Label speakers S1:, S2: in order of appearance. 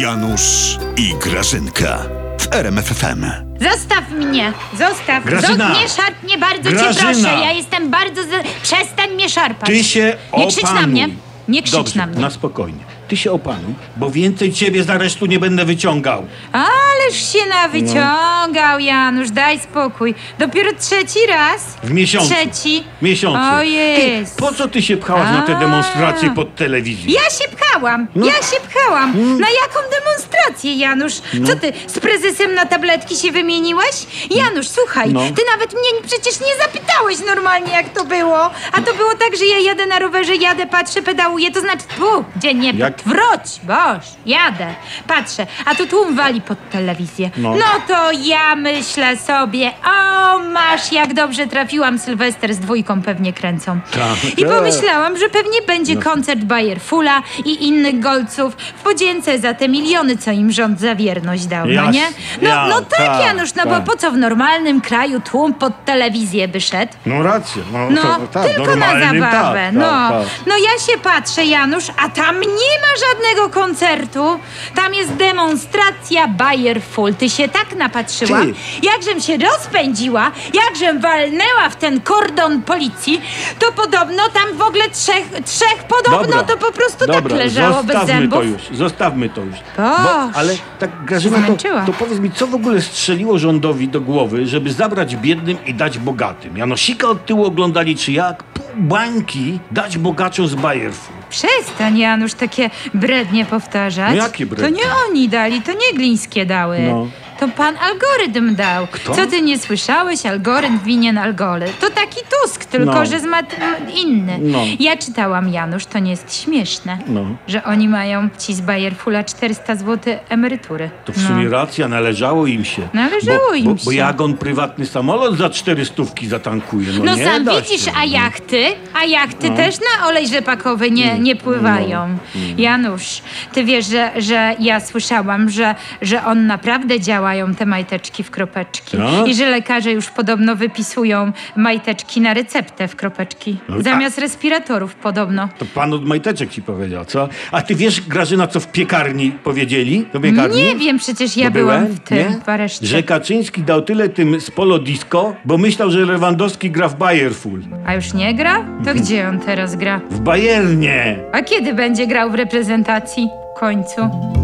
S1: Janusz i Grażynka w RMFFM.
S2: Zostaw mnie! Zostaw!
S3: Grażyna!
S2: Zo- nie szarp mnie bardzo cię
S3: Grażyna!
S2: proszę! Ja jestem bardzo. Z... Przestań mnie szarpać!
S3: Ty się opanuj.
S2: Nie krzycz na mnie! Nie krzycz
S3: Dobrze,
S2: na mnie!
S3: na spokojnie. Ty się opanuj, bo więcej ciebie z aresztu nie będę wyciągał.
S2: Ależ się
S3: No.
S2: nawyciągał, Janusz, daj spokój. Dopiero trzeci raz.
S3: W miesiącu.
S2: Trzeci.
S3: W miesiącu.
S2: O
S3: Ty,
S2: jest.
S3: po co ty się pchałaś na te
S2: A.
S3: demonstracje pod telewizją?
S2: Ja się pchałam,
S3: No. Mm.
S2: ja się pchałam. Na jaką demonstrację, Janusz?
S3: No.
S2: Co ty, z prezesem na tabletki się wymieniłeś? Janusz, słuchaj,
S3: No.
S2: ty nawet mnie przecież nie zapytałeś normalnie, jak to było. A to było tak, że ja jadę na rowerze, jadę, patrzę, pedałuję, to znaczy tu, gdzie nie,
S3: Jak?
S2: wróć, boż, jadę, patrzę, a tu tłum wali pod telewizję.
S3: No.
S2: No. to ja myślę sobie, o masz, jak dobrze trafiłam, Sylwester z dwójką pewnie kręcą.
S3: Tak. No.
S2: I pomyślałam, że pewnie będzie koncert Bayer Fula i innych golców w podzięce za te miliony, co im rząd za wierność dał, no
S3: Jas-
S2: nie? No,
S3: ja-
S2: no tak,
S3: tak,
S2: Janusz, no
S3: tak.
S2: bo po co w normalnym kraju tłum pod telewizję by szedł?
S3: No rację. No,
S2: No,
S3: to- tak,
S2: tylko na
S3: normalnym,
S2: zabawę.
S3: tak,
S2: no.
S3: Tak, tak.
S2: no ja się patrzę, Janusz, a tam nie ma żadnego koncertu. Tam jest demonstracja Bayer Full. Ty się tak napatrzyła,
S3: Ty.
S2: jakżem się rozpędziła, jakżem walnęła w ten kordon policji, to podobno tam w ogóle trzech, trzech podobno
S3: Dobra,
S2: no to po prostu
S3: dobra,
S2: tak leżało bez
S3: zostawmy
S2: zębów.
S3: to już, zostawmy to już.
S2: Boż,
S3: ale tak Grażyna, to,
S2: zmęczyła.
S3: to powiedz mi, co w ogóle strzeliło rządowi do głowy, żeby zabrać biednym i dać bogatym? Janosika od tyłu oglądali, czy jak? Pół bańki dać bogaczom z Bajerfu.
S2: Przestań, Janusz, takie brednie powtarzać.
S3: No jakie brednie?
S2: To nie oni dali, to nie Glińskie dały.
S3: No.
S2: To pan algorytm dał.
S3: Kto?
S2: Co ty nie słyszałeś? Algorytm winien algorytm. To taki Tusk, tylko
S3: No.
S2: że z mat- m- inny.
S3: No.
S2: Ja czytałam, Janusz, to nie jest śmieszne,
S3: No.
S2: że oni mają ci z Bajerfula 400 zł emerytury.
S3: To w sumie racja, należało im się.
S2: No. Należało
S3: bo,
S2: im
S3: bo, Bo
S2: się.
S3: jak on prywatny samolot za cztery stówki zatankuje, no,
S2: No
S3: nie
S2: sam
S3: da
S2: widzisz,
S3: się. No.
S2: a jachty, a jachty też na olej rzepakowy nie, nie pływają. Janusz, ty wiesz, że, że ja słyszałam, że, że on naprawdę działają te majteczki w kropeczki.
S3: Tak?
S2: I że lekarze już podobno wypisują majteczki na receptę w kropeczki.
S3: No,
S2: Zamiast respiratorów podobno.
S3: To pan od majteczek ci powiedział, co? A ty wiesz, Grażyna, co w piekarni powiedzieli? Do piekarni?
S2: Nie wiem, przecież ja
S3: To
S2: byłam
S3: byłem?
S2: w tym
S3: Nie?
S2: w areszcie.
S3: Że Kaczyński dał tyle tym z Polo Disco, bo myślał, że Lewandowski gra w Bayerful.
S2: A już nie gra? To gdzie on teraz gra?
S3: W Bayernie!
S2: A kiedy będzie grał w reprezentacji? W końcu.